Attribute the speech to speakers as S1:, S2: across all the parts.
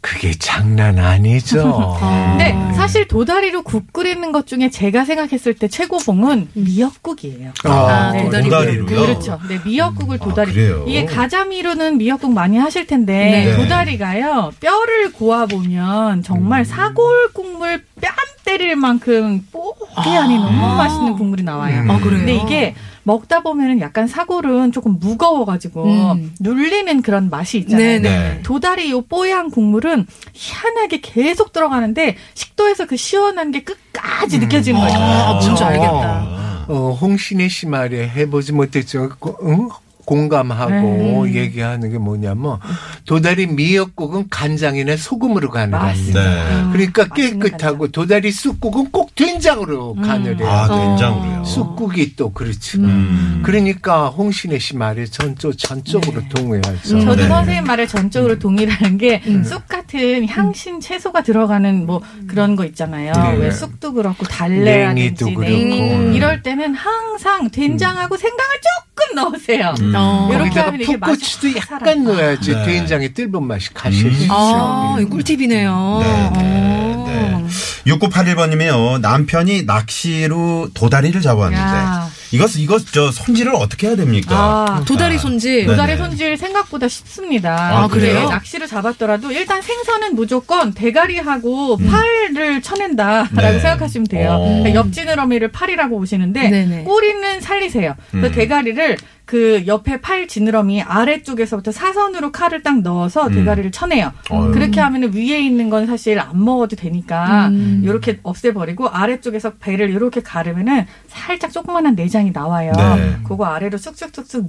S1: 그게 장난 아니죠.
S2: 음.
S3: 근데 사실 도다리로 국 끓이는 것 중에 제가 생각했을 때 최고봉은 미역국이에요.
S1: 아,
S2: 아,
S3: 네.
S2: 도다리
S4: 도다리로요?
S3: 그렇죠. 네, 미역국을
S4: 아,
S3: 도다리.
S4: 그래요?
S3: 이게 가자미로는 미역국 많이 하실 텐데
S4: 네.
S3: 도다리가요. 뼈를 고아 보면
S2: 음.
S3: 정말 사골 국물 뺨 때릴 만큼 뽀개 아니 너무 맛있는 국물이 나와요.
S1: 음. 아,
S2: 그래요?
S3: 근데 네, 이게 먹다 보면은 약간 사골은 조금 무거워가지고
S2: 음.
S3: 눌리는 그런 맛이 있잖아요.
S2: 네, 네.
S4: 네.
S3: 도다리 요 뽀얀 국물은 희한하게 계속 들어가는데 식도에서 그 시원한 게 끝까지 느껴지는 거예요.
S2: 아, 뭔지 알겠다.
S4: 아,
S1: 어, 홍신혜 씨 말에 해보지 못했죠. 고- 응? 공감하고
S3: 네.
S1: 얘기하는 게 뭐냐면 도다리 미역국은 간장이나 소금으로 간을 합니다.
S4: 네.
S1: 그러니까
S3: 음, 맛있는
S1: 깨끗하고 도다리 쑥국은 꼭 된장으로
S3: 음.
S1: 간을 해요.
S4: 아, 된장으로요.
S1: 네. 어, 쑥국이 또 그렇지.
S4: 음.
S1: 그러니까 홍신혜 씨 말에 전쪽 전적으로
S3: 네.
S1: 동의하죠.
S3: 저도
S4: 네.
S3: 선생님 말을 전적으로
S1: 음.
S3: 동의하는 게, 쑥 같은 향신 채소가 들어가는 뭐 그런 거 있잖아요.
S1: 네.
S3: 왜 쑥도 그렇고, 달래라든지.
S1: 냉이도 그렇고 음.
S2: 냉이.
S3: 이럴 때는 항상 된장하고 생강을 조금 넣으세요.
S4: 음.
S2: 어.
S3: 요렇게
S1: 거기다가
S3: 하면 이게 맛이
S1: 풋고추도
S3: 확 살아요.
S1: 약간 넣어야지
S4: 네.
S1: 된장의 뜰본 맛이 가실
S4: 음.
S1: 수 있어요.
S2: 아, 이거 꿀팁이네요.
S4: 네, 네,
S2: 어.
S4: 네. 6981번님이요. 남편이 낚시로 도다리를
S1: 네.
S4: 잡았는데
S3: 야.
S4: 이것 이것 저 손질을 어떻게 해야 됩니까?
S3: 아,
S2: 도다리 손질.
S4: 네.
S3: 도다리 손질 생각보다 쉽습니다.
S4: 아, 그래요?
S3: 네, 낚시를 잡았더라도 일단 생선은 무조건 대가리하고 팔을 쳐낸다라고
S4: 음. 네.
S3: 생각하시면 돼요.
S4: 어.
S3: 그러니까 옆지느러미를 팔이라고 보시는데
S2: 네네.
S3: 꼬리는 살리세요. 그래서
S4: 음.
S3: 대가리를 그 옆에 팔 지느러미 아래쪽에서부터 사선으로 칼을 딱 넣어서
S4: 음.
S3: 대가리를 쳐내요.
S4: 어휴.
S3: 그렇게 하면 위에 있는 건 사실 안 먹어도 되니까
S2: 음.
S3: 이렇게 없애버리고 아래쪽에서 배를 이렇게 가르면은 살짝 조그만한 내장이 나와요.
S4: 네.
S3: 그거 아래로 쑥쑥쑥쑥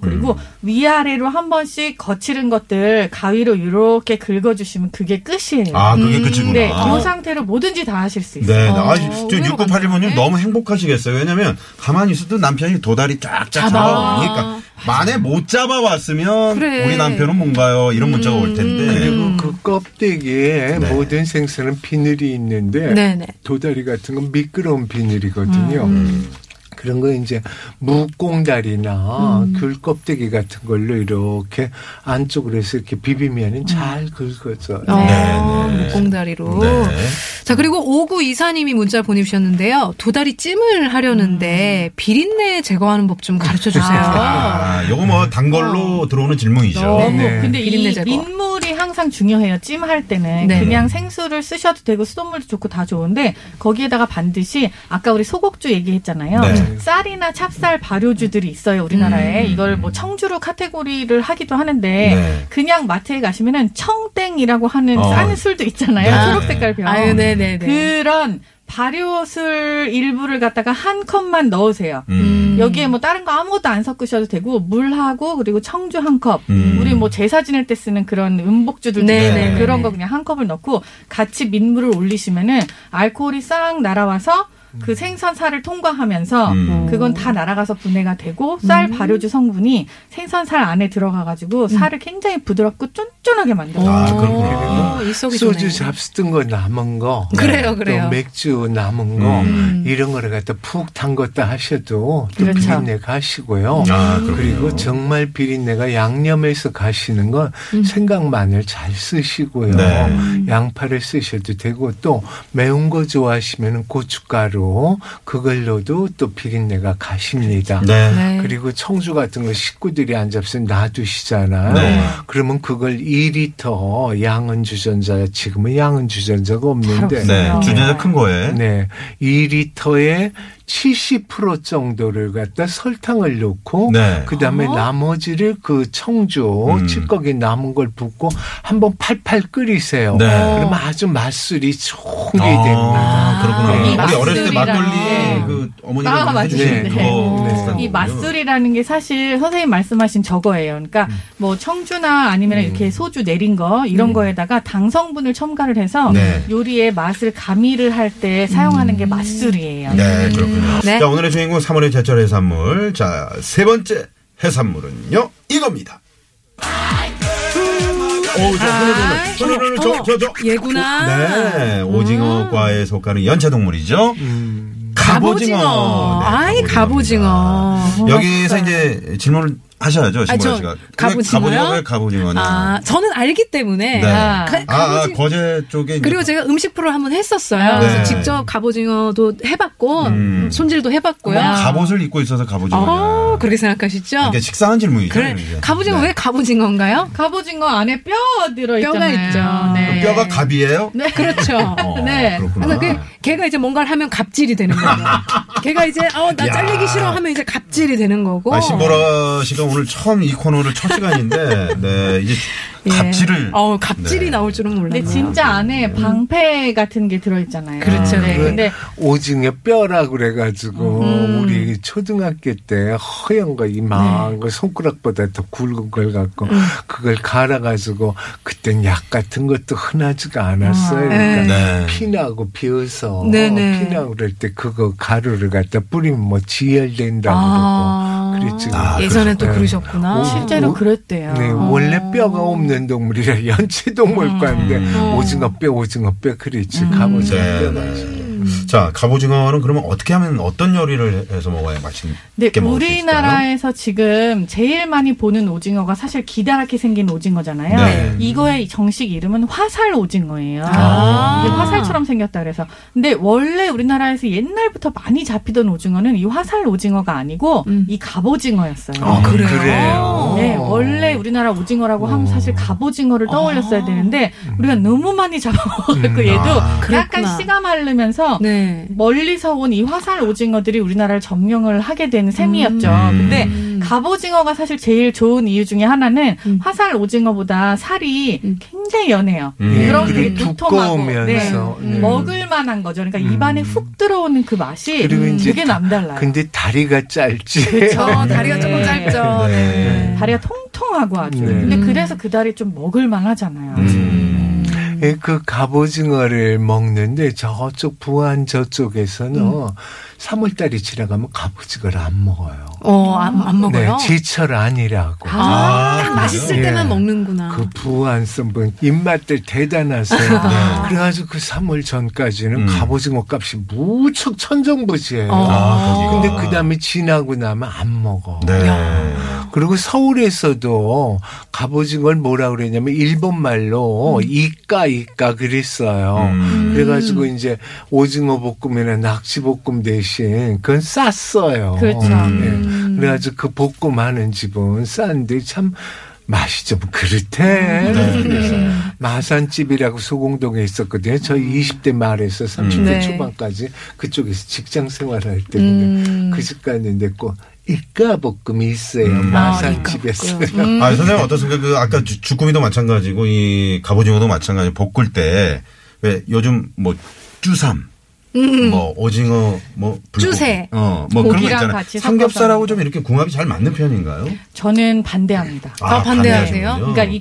S4: 음.
S3: 그리고 위아래로 한 번씩 거칠은 것들 가위로 이렇게 긁어주시면 그게 끝이에요.
S4: 아, 그게 끝이구나.
S3: 네, 이 상태로 뭐든지 다 하실 수 있어요.
S4: 네,
S2: 어,
S4: 아, 저
S2: 의외로
S4: 6981번님
S2: 많네.
S4: 너무 행복하시겠어요. 왜냐면 가만히 있어도 남편이 도다리 쫙쫙 잡아오니까 만에 못 잡아왔으면
S2: 그래.
S4: 우리 남편은 뭔가요 이런 문자가 올 텐데.
S1: 그리고 그 껍데기에
S4: 네.
S1: 모든 생선은 비늘이 있는데
S2: 네네.
S1: 도다리 같은 건 미끄러운 비늘이거든요.
S4: 음.
S1: 그런 거 이제 무꽁다리나 귤 껍데기 같은 걸로 이렇게 안쪽으로 해서 이렇게 비비면은 잘 긁어져요.
S2: 어,
S4: 네, 네.
S2: 목공다리로.
S4: 네.
S2: 자, 그리고 5924님이 문자 보내주셨는데요. 도다리 찜을 하려는데 비린내 제거하는 법 좀 가르쳐 주세요.
S4: 아, 요거 뭐 단걸로 들어오는 질문이죠.
S3: 너무
S1: 네.
S3: 근데
S2: 비린내
S3: 이
S2: 제거.
S3: 민물이 항상 중요해요. 찜할 때는
S2: 네.
S3: 그냥 생수를 쓰셔도 되고 수돗물도 좋고 다 좋은데 거기에다가 반드시 아까 우리 소곡주 얘기했잖아요.
S4: 네.
S3: 쌀이나 찹쌀 발효주들이 있어요 우리나라에
S4: 음.
S3: 이걸 뭐 청주로 카테고리를 하기도 하는데
S4: 네.
S3: 그냥 마트에 가시면은 청땡이라고 하는
S4: 어.
S3: 싼 술도 있잖아요.
S4: 네.
S3: 초록색깔 병.
S2: 아유, 네네네.
S3: 그런 발효술 일부를 갖다가 한 컵만 넣으세요.
S4: 음.
S3: 여기에 뭐 다른 거 아무것도 안 섞으셔도 되고 물하고 그리고 청주 한 컵.
S4: 음.
S3: 우리 뭐 제사 지낼 때 쓰는 그런 음복주들
S2: 네,
S3: 있잖아요.
S4: 네,
S3: 그런
S2: 네.
S3: 거 그냥 한 컵을 넣고 같이 민물을 올리시면은 알코올이 싹 날아와서 그 생선살을 통과하면서
S4: 음.
S3: 그건 다 날아가서 분해가 되고 쌀 발효주 성분이 생선살 안에 들어가가지고 살을 굉장히 부드럽고 쫀쫀하게 만들어요.
S4: 아, 그렇구나.
S2: 오, 일석이
S1: 소주
S2: 조네.
S1: 잡수던 거 남은 거.
S2: 그래요, 그래요.
S1: 또 맥주 남은 거
S4: 음.
S1: 이런 거를 갖다 푹 담궜다 하셔도 또
S3: 그렇죠.
S1: 비린내가 하시고요.
S4: 아, 그렇군요.
S1: 그리고 정말 비린내가 양념에서 가시는 건
S2: 음.
S1: 생강마늘 잘 쓰시고요.
S4: 네.
S1: 양파를 쓰셔도 되고 또 매운 거 좋아하시면 고춧가루 그걸로도 또 비린내가 가십니다.
S4: 네.
S2: 네.
S1: 그리고 청주 같은 거 식구들이 안 잡으면 놔두시잖아요.
S4: 네.
S1: 그러면 그걸 2리터 양은 주전자 지금은 양은 주전자가
S3: 네.
S1: 없는데
S4: 네. 주제자 큰 거에.
S1: 네. 2리터에 70% 정도를 갖다 설탕을 넣고
S4: 네.
S1: 어, 그다음에 나머지를 그 청주
S4: 음.
S1: 찌꺼기 남은 걸 붓고 한번 팔팔 끓이세요.
S4: 네.
S1: 그러면 아주 맛술이 총게 됩니다.
S4: 아, 그렇구나.
S3: 아,
S4: 우리
S3: 이
S4: 어렸을 때
S3: 맛술이랑.
S4: 막걸리 그
S3: 아,
S4: 어머니가 해주신
S1: 맞네.
S4: 그거.
S1: 네.
S4: 비슷한
S3: 이
S4: 거군요.
S3: 맛술이라는 게 사실 선생님 말씀하신 저거예요. 그러니까 뭐 청주나 아니면 이렇게 소주 내린 거 이런 거에다가 당 성분을 첨가를 해서
S4: 네.
S3: 요리의 맛을 가미를 할 때 사용하는 게 맛술이에요.
S4: 네, 그렇군요.
S2: 네.
S4: 자, 오늘의 주인공 3월의 제철 해산물. 자, 세 번째 해산물은요, 이겁니다. 오,
S2: 아,
S4: 저, 저, 저, 저, 저, 저.
S2: 얘구나.
S4: 네, 오징어과에 속하는 연체동물이죠. 갑오징어. 네,
S2: 아이, 갑오징어.
S4: 갑오징어입니다. 여기서 이제 질문을 하셔야죠.
S2: 아,
S4: 신보라
S2: 저
S4: 씨가.
S2: 갑오징어요?
S4: 가보징어를 가보징어는.
S2: 아, 저는 알기 때문에.
S4: 네.
S3: 아.
S2: 가-
S4: 아, 아,
S2: 갑오징-
S4: 거제 쪽에 이제
S2: 그리고 제가 음식 프로 한번 했었어요.
S3: 아.
S2: 그래서
S4: 네.
S2: 직접 갑오징어도 해봤고
S4: 음. 아,
S2: 손질도 해봤고요.
S4: 갑옷을 입고 있어서
S2: 아,
S4: 가보징어.
S2: 그렇게 생각하시죠?
S4: 이게 식상한 질문이죠.
S2: 그래,
S4: 아, 그러니까 이게.
S2: 갑오징어
S4: 네.
S2: 왜 갑오징어인가요?
S3: 갑오징어 안에 뼈 들어있잖아요.
S2: 뼈가 있죠.
S3: 네.
S4: 그 뼈가 갑이에요?
S3: 네.
S2: 그렇죠.
S4: 어,
S3: 네.
S4: 그렇구나.
S2: 그래서 그 걔가 이제 뭔가를 하면 갑질이 되는 거예요. 걔가 이제 어나
S4: 야.
S2: 잘리기 싫어 하면 이제 갑질이 되는 거고.
S4: 아, 신보라 씨가 오늘 처음 이 코너를 첫 시간인데, 네, 이제
S2: 예.
S4: 갑질을.
S2: 어 갑질이
S4: 네.
S2: 나올 줄은 몰랐어요.
S3: 근데 진짜 안에 방패 같은 게 들어있잖아요.
S2: 음. 그렇죠.
S3: 네.
S1: 그
S3: 근데
S1: 오징어 뼈라고 그래가지고
S2: 음.
S1: 우리 초등학교 때 허연 거 이만한
S2: 네.
S1: 거 손가락보다 더 굵은 걸 갖고
S2: 음.
S1: 그걸 갈아가지고 그땐 약 같은 것도 흔하지가 않았어요. 그러니까
S4: 네.
S1: 피나고 비어서
S2: 아, 네네.
S1: 피나고 그럴 때 그거 가루를 갖다 뿌리면 뭐 지혈된다고
S2: 아.
S1: 그러고 그랬지.
S4: 아,
S2: 예전에 또 아.
S1: 네.
S2: 그러셨구나.
S1: 오,
S3: 실제로
S1: 오,
S3: 그랬대요.
S1: 네, 원래 뼈가 없는 동물이라 연체동물과인데
S2: 음.
S1: 오징어 뼈, 오징어 뼈 그랬지. 갑오징어
S4: 네,
S1: 뼈
S4: 네.
S1: 맞아.
S2: 예.
S4: 자, 갑오징어는 그러면 어떻게 하면 어떤 요리를 해서 먹어야 맛있게
S3: 근데
S4: 먹을 수 있을까요?
S3: 네, 우리나라에서 지금 제일 많이 보는 오징어가 사실 기다랗게 생긴 오징어잖아요.
S4: 네.
S3: 이거의 정식 이름은 화살 오징어예요.
S4: 아.
S3: 근데 화살처럼 생겼다 그래서. 근데 원래 우리나라에서 옛날부터 많이 잡히던 오징어는 이 화살 오징어가 아니고
S2: 음.
S3: 이 갑오징어였어요.
S1: 아,
S2: 그래요?
S1: 그래요?
S3: 네, 원래 우리나라 오징어라고 하면 사실 갑오징어를
S2: 아.
S3: 떠올렸어야 되는데 우리가
S4: 음.
S3: 너무 많이 잡아먹었고
S1: 음,
S3: 얘도 약간
S2: 그랬구나.
S3: 씨가 마르면서
S2: 네.
S3: 멀리서 온 이 화살 오징어들이 우리나라를 점령을 하게 된 셈이었죠.
S4: 음.
S3: 근데
S2: 음.
S3: 갑오징어가 사실 제일 좋은 이유 중에 하나는
S2: 음.
S3: 화살 오징어보다 살이
S2: 음.
S3: 굉장히 연해요.
S4: 음.
S1: 예,
S3: 그럼 되게
S1: 그리고
S3: 두툼하고 네.
S1: 두꺼우면서
S2: 네.
S1: 예.
S3: 먹을 만한 거죠. 그러니까 입안에 훅 들어오는 그 맛이
S1: 음. 그리고 이제
S3: 되게 남달라요.
S1: 근데 다리가 짧지.
S2: 저 어, 다리가 조금
S3: 네.
S2: 짧죠.
S4: 네.
S3: 다리가 통통하고 아주.
S1: 네.
S3: 근데
S2: 음.
S3: 그래서 그 다리 좀 먹을만 하잖아요.
S4: 음.
S1: 예, 그 갑오징어를 먹는데 저쪽 부안 저쪽에서는 3월달이 지나가면 갑오징어를 안 먹어요.
S2: 어, 안, 안 먹어요?
S1: 네, 제철 아니라고.
S2: 아,
S4: 아,
S2: 맛있을
S1: 그래요?
S2: 때만
S1: 예.
S2: 먹는구나.
S1: 그 부안 선분 입맛들 대단하세요.
S4: 네.
S1: 그래가지고 그 3월 전까지는
S4: 음.
S1: 갑오징어 값이 무척 천정부지예요.
S2: 어.
S4: 아, 거기가.
S1: 근데 그 다음에 지나고 나면 안 먹어.
S4: 네.
S1: 그리고 서울에서도 갑오징어를 뭐라 그랬냐면 일본 말로
S3: 음.
S1: 이까 이까 그랬어요.
S4: 음.
S1: 그래가지고 이제 오징어 볶음이나 낙지 볶음 대신 그건 쌌어요.
S3: 그렇죠.
S4: 음.
S1: 예. 그래가지고 그 볶음 하는 집은 싼데 참 맛이 좀 그릇해.
S4: 네.
S3: 음.
S2: 음.
S1: 그래서 마산집이라고 소공동에 있었거든요. 저
S3: 음.
S1: 20대 말에서 30대
S2: 음. 네.
S1: 초반까지 그쪽에서 직장 생활할 때
S3: 음.
S1: 그 집 갔는데 꼭 이까 볶음이 있어요. 마산집에서.
S3: 네,
S4: 아, 선생님 어떻습니까? 그 아까 주- 주꾸미도 마찬가지고 이 갑오징어도 마찬가지고 볶을 때 왜 요즘 뭐 쭈삼 뭐 오징어 뭐 불고기
S2: 쭈새.
S4: 어뭐 그런 거
S3: 음. 고기랑
S4: 있잖아요.
S3: 같이
S4: 삼겹살하고 좀 이렇게 궁합이 잘 맞는 편인가요?
S3: 저는 반대합니다.
S2: 아, 반대하세요?
S4: 반대하시는군요.
S3: 그러니까 이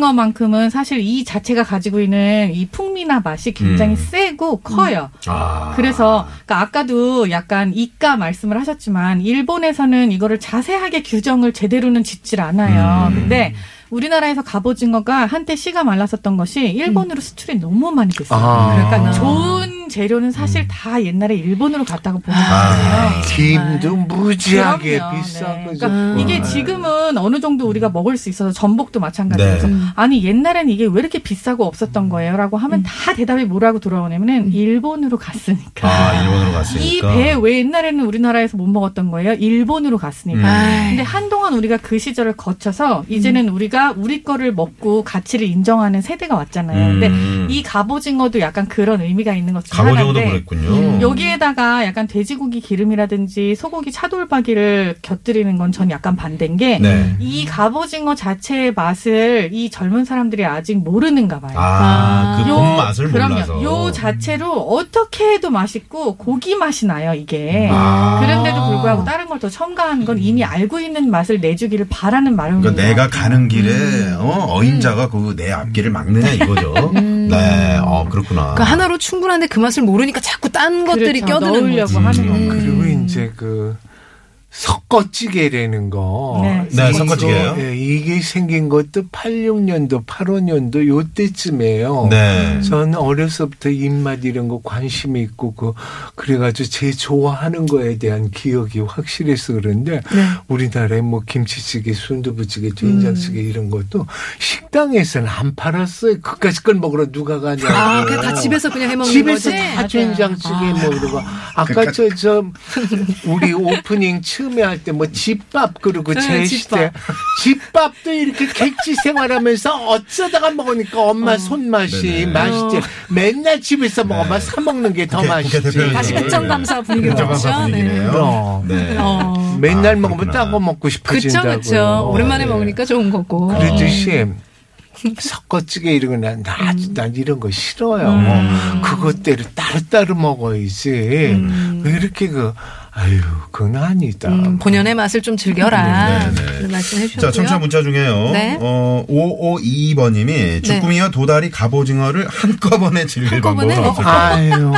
S3: 갑오징어만큼은 사실 이 자체가 가지고 있는 이 풍미나 맛이 굉장히
S4: 음.
S3: 세고 커요.
S4: 아.
S3: 그래서 그러니까 아까도 약간 이까 말씀을 하셨지만 일본에서는 이거를 자세하게 규정을 제대로는 짓질 않아요.
S4: 음.
S3: 근데 우리나라에서 갑오징어가 한때 씨가 말랐었던 것이
S1: 음.
S3: 일본으로 수출이 너무 많이 됐어요.
S1: 아.
S3: 그러니까 좋은 재료는 사실 다 옛날에 일본으로 갔다고 보면
S4: 음. 아.
S3: 돼요.
S1: 김도 무지하게
S3: 그럼요. 네.
S1: 비싼 거죠.
S3: 그러니까
S4: 아.
S3: 이게 지금은 어느 정도 우리가 먹을 수 있어서
S4: 음. 네.
S3: 전복도
S4: 음.
S3: 마찬가지라서 아니 옛날엔 이게 왜 이렇게 비싸고 없었던 거예요라고 하면
S1: 음.
S3: 다 대답이 뭐라고 돌아오냐면은 일본으로 갔으니까.
S4: 아, 일본으로
S3: 이
S4: 갔으니까.
S3: 배 왜 옛날에는 우리나라에서 못 먹었던 거예요? 일본으로 갔으니까.
S4: 음.
S3: 근데 한동안 우리가 그 시절을 거쳐서 이제는 우리가 우리 거를 먹고 가치를 인정하는 세대가 왔잖아요.
S4: 음.
S3: 근데 네. 이 갑오징어도 약간 그런 의미가 있는 것 중
S4: 갑오징어도
S3: 하나인데 음,
S4: 그랬군요.
S3: 여기에다가 약간 돼지고기 기름이라든지 소고기 차돌박이를 곁들이는 건 전 약간 반대인 게
S4: 네.
S3: 이 갑오징어 자체의 맛을 이 젊은 사람들이 아직 모르는가 봐요.
S4: 아,
S2: 아.
S4: 그
S3: 요-
S4: 본맛을
S3: 그럼요.
S4: 몰라서.
S3: 요 자체로 어떻게 해도 맛있고 고기 맛이 나요, 이게.
S4: 아.
S3: 그런데도 불구하고 다른 걸 더 첨가한 건 이미 알고 있는 맛을 내주기를 바라는 마음인
S4: 그러니까
S3: 것
S4: 내가
S3: 같아요.
S4: 가는 길에
S2: 음.
S4: 어, 어인자가 그 내 앞길을 막느냐 이거죠. 네, 어 그렇구나.
S2: 음. 그러니까 하나로 충분한데 그 맛을 모르니까 자꾸 딴 것들이
S3: 그렇죠.
S2: 껴드는
S3: 넣으려고
S2: 거지.
S3: 하는
S4: 음.
S3: 거.
S1: 그리고 이제 그 섞어찌개라는 거.
S3: 네.
S4: 네,
S1: 이거,
S4: 섞어찌개예요.
S1: 예, 이게 생긴 것도 86년도, 85년도 요때쯤이에요.
S4: 네.
S2: 음.
S1: 저는 어려서부터 입맛 이런 거 관심이 있고 그 그래가지고 제 좋아하는 거에 대한 기억이 확실해서 그런데
S2: 네.
S1: 우리나라에 뭐 김치찌개, 순두부찌개, 된장찌개
S2: 음.
S1: 이런 것도 식당에서는 안 팔았어요. 그까짓 걸 먹으러 누가 가냐.
S2: 아, 그냥 다 집에서 그냥 해 먹는
S1: 집에서
S2: 거지?
S1: 다 된장찌개 뭐 이러고
S4: 그러니까
S1: 아까 저 저 우리 오프닝 처음에 할 때 뭐 집밥 그리고
S2: 네,
S1: 제시 때 집밥도 이렇게 객지 생활하면서 어쩌다가 먹으니까 엄마 손맛이
S4: 네네.
S2: 어.
S4: 네.
S1: 맛있지 맨날 집에서 먹어봐 사 먹는 게 더
S4: 국회-
S1: 맛있지
S4: 국회 대표님.
S2: 다시 국정감사 분위기가
S4: 국정감사
S2: 왔죠?
S4: 분위기네요.
S1: 그럼.
S4: 네.
S2: 어.
S4: 아,
S1: 맨날 먹으면
S4: 그렇구나.
S1: 따고 먹고
S2: 그쵸,
S1: 싶어진다고 예.
S2: 그쵸. 오랜만에
S4: 네.
S2: 먹으니까 좋은 거고.
S1: 그러듯이 섞어찌개 이런 거난 나, 난 이런 거 싫어요. 그것대로 따로따로 먹어야지. 왜 이렇게 그 아유 그건 아니다.
S2: 음, 본연의 맛을 좀 즐겨라.
S4: 네, 네.
S2: 그런 말씀 해주셨고요.
S4: 자, 청취자 문자 중에요.
S2: 네.
S4: 어, 552번님이 주꾸미와 도다리, 갑오징어를 한꺼번에 즐길
S2: 한꺼번에?
S4: 방법은
S2: 어.
S4: 없을까?
S1: 아유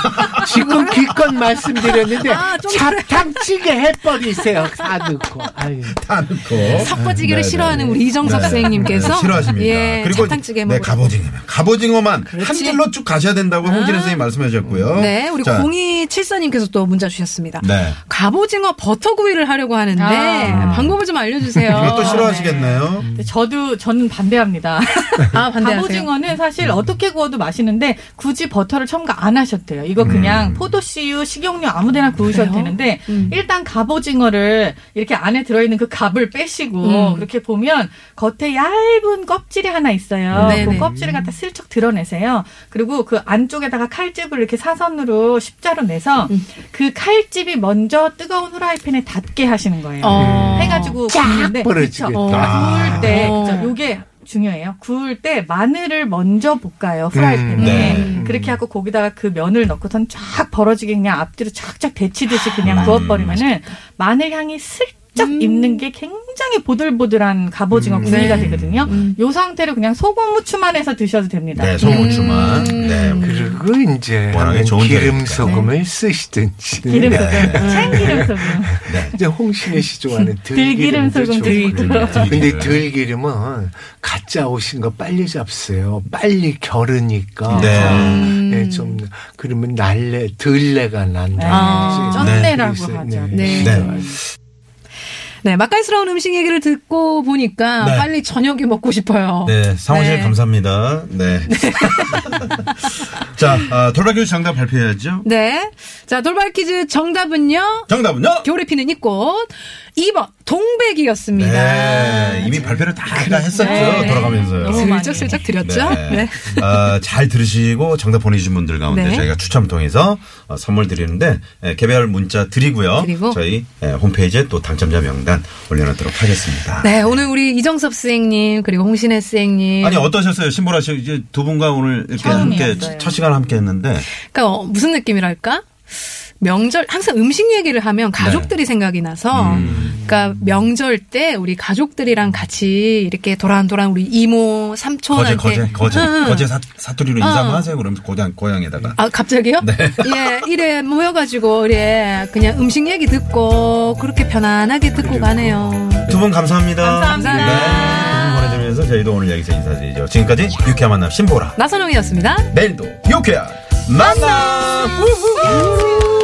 S1: 지금 기껏 말씀드렸는데
S2: 아, 좀
S1: 잡탕찌개 해버리세요. 다 넣고 아유.
S4: 다 넣고.
S2: 섞어지기를
S4: 네,
S2: 싫어하는
S4: 네.
S2: 우리 이정석
S4: 네.
S2: 선생님께서
S4: 네, 싫어하십니다.
S2: 예, 잡탕찌개
S4: 네,
S2: 먹으러
S4: 갑오징어면 갑오징어만 한
S2: 그렇지. 아.
S4: 줄로 쭉 가셔야 된다고 홍진혜 선생님 말씀해 주셨고요.
S2: 네, 우리
S4: 자,
S2: 0274님께서 또 문자 주셨습니다.
S4: 네.
S2: 갑오징어 버터구이를 하려고 하는데
S3: 아.
S2: 방법을 좀 알려주세요.
S4: 음. 이것도 싫어하시겠네요.
S3: 근데 저도 저는 반대합니다.
S2: 아, 반대하세요. 음.
S3: 갑오징어는 사실 어떻게 구워도 맛있는데 굳이 버터를 첨가 안 하셨대요. 이거 그냥 포도씨유, 식용유 아무데나 구우셔도
S2: 음. 그래요?
S3: 되는데
S2: 음.
S3: 일단 갑오징어를 이렇게 안에 들어있는 그 갑을 빼시고
S2: 음.
S3: 그렇게 보면 겉에 얇은 껍질이 하나 있어요.
S2: 음. 네네.
S3: 그 껍질을 갖다 슬쩍 드러내세요. 그리고 그 안쪽에다가 칼집을 이렇게 사선으로 십자로 내서
S2: 음.
S3: 그 칼집이 먼저 뜨거운 후라이팬에 닿게 하시는 거예요.
S2: 어.
S3: 해가지고
S1: 쫙
S3: 굽는데
S1: 벌어지게.
S3: 네, 그쵸?
S4: 아.
S3: 구울 때
S2: 어.
S3: 그쵸? 요게 중요해요. 구울 때 마늘을 먼저 볶아요. 프라이팬에.
S1: 음,
S4: 네.
S3: 그렇게 하고 거기다가 그 면을 넣고선 쫙 벌어지게 그냥 앞뒤로 쫙쫙 데치듯이
S2: 아,
S3: 그냥
S2: 음.
S3: 구워버리면은 마늘 향이 슬쩍 입는 게 굉장히 보들보들한 갑오징어 구이가
S2: 네.
S3: 되거든요. 요 상태로 그냥 소금 후추만 해서 드셔도 됩니다.
S4: 네, 소금추만. 네.
S1: 그리고 이제
S4: 워낙에
S1: 하면
S4: 좋은
S1: 기름
S4: 자리니까.
S1: 소금을 쓰시든지.
S3: 기름
S2: 네.
S3: 소금, 참기름 소금.
S2: 음.
S1: 이제 홍신혜 씨 좋아하는
S3: 들기름
S1: 들기름도
S3: 소금
S1: 좋아해요.
S3: 들기름.
S1: 근데 들기름은 가짜 옷인 거 빨리 잡세요. 빨리 겨르니까.
S4: 네.
S3: 음.
S1: 예, 좀 그러면 날래 들레가 난다.
S2: 아,
S3: 쩐내라고
S1: 그래서,
S3: 하죠.
S2: 네.
S4: 네.
S2: 네, 맛깔스러운 음식 얘기를 듣고 보니까
S4: 네.
S2: 빨리 저녁이 먹고 싶어요.
S4: 네, 상호실
S2: 네.
S4: 감사합니다. 네. 자, 아, 돌발 퀴즈 정답 발표해야죠.
S2: 네. 자, 돌발 퀴즈 정답은요.
S4: 정답은요?
S2: 겨울에 피는 이꽃 2번 동백이었습니다.
S4: 네, 이미 발표를 다, 다 했었죠.
S2: 네.
S4: 돌아가면서요.
S3: 너무 많이.
S2: 슬쩍슬쩍 드렸죠? 네.
S4: 아, 잘 들으시고 정답 보내주신 분들 가운데
S2: 네.
S4: 저희가 추첨 통해서 어, 선물 드리는데 예, 개별 문자 드리고요.
S2: 드리고.
S4: 저희 예, 홈페이지에 또 당첨자 명단 올려놓도록 하겠습니다.
S2: 네, 오늘 우리 이정섭 선생님 그리고 홍신혜 선생님
S4: 아니 어떠셨어요, 신보라 씨? 이제 두 분과 오늘 이렇게 함께
S3: 처음이었어요.
S4: 첫 시간 함께했는데
S2: 그러니까 어, 무슨 느낌이랄까? 명절 항상 음식 얘기를 하면
S4: 네.
S2: 가족들이 생각이 나서
S4: 음.
S2: 그러니까 명절 때 우리 가족들이랑 같이 이렇게 도란도란 우리 이모
S4: 거제
S2: 삼촌한테
S4: 거제 거제
S2: 응, 응.
S4: 거제 사, 사투리로
S2: 어.
S4: 인사하세요. 그럼 고향 고향에다가
S2: 아 갑자기요?
S4: 네.
S2: 예, 이래 모여가지고 이래 그냥 음식 얘기 듣고 그렇게 편안하게 듣고 가네요.
S4: 두 분 감사합니다.
S2: 감사합니다.
S4: 네, 두분 보내드리면서 저희도 오늘 여기서 인사드리죠. 지금까지 유쾌한 만남 신보라.
S2: 나선홍이었습니다.
S4: 내일도 유쾌한 만남. 우후.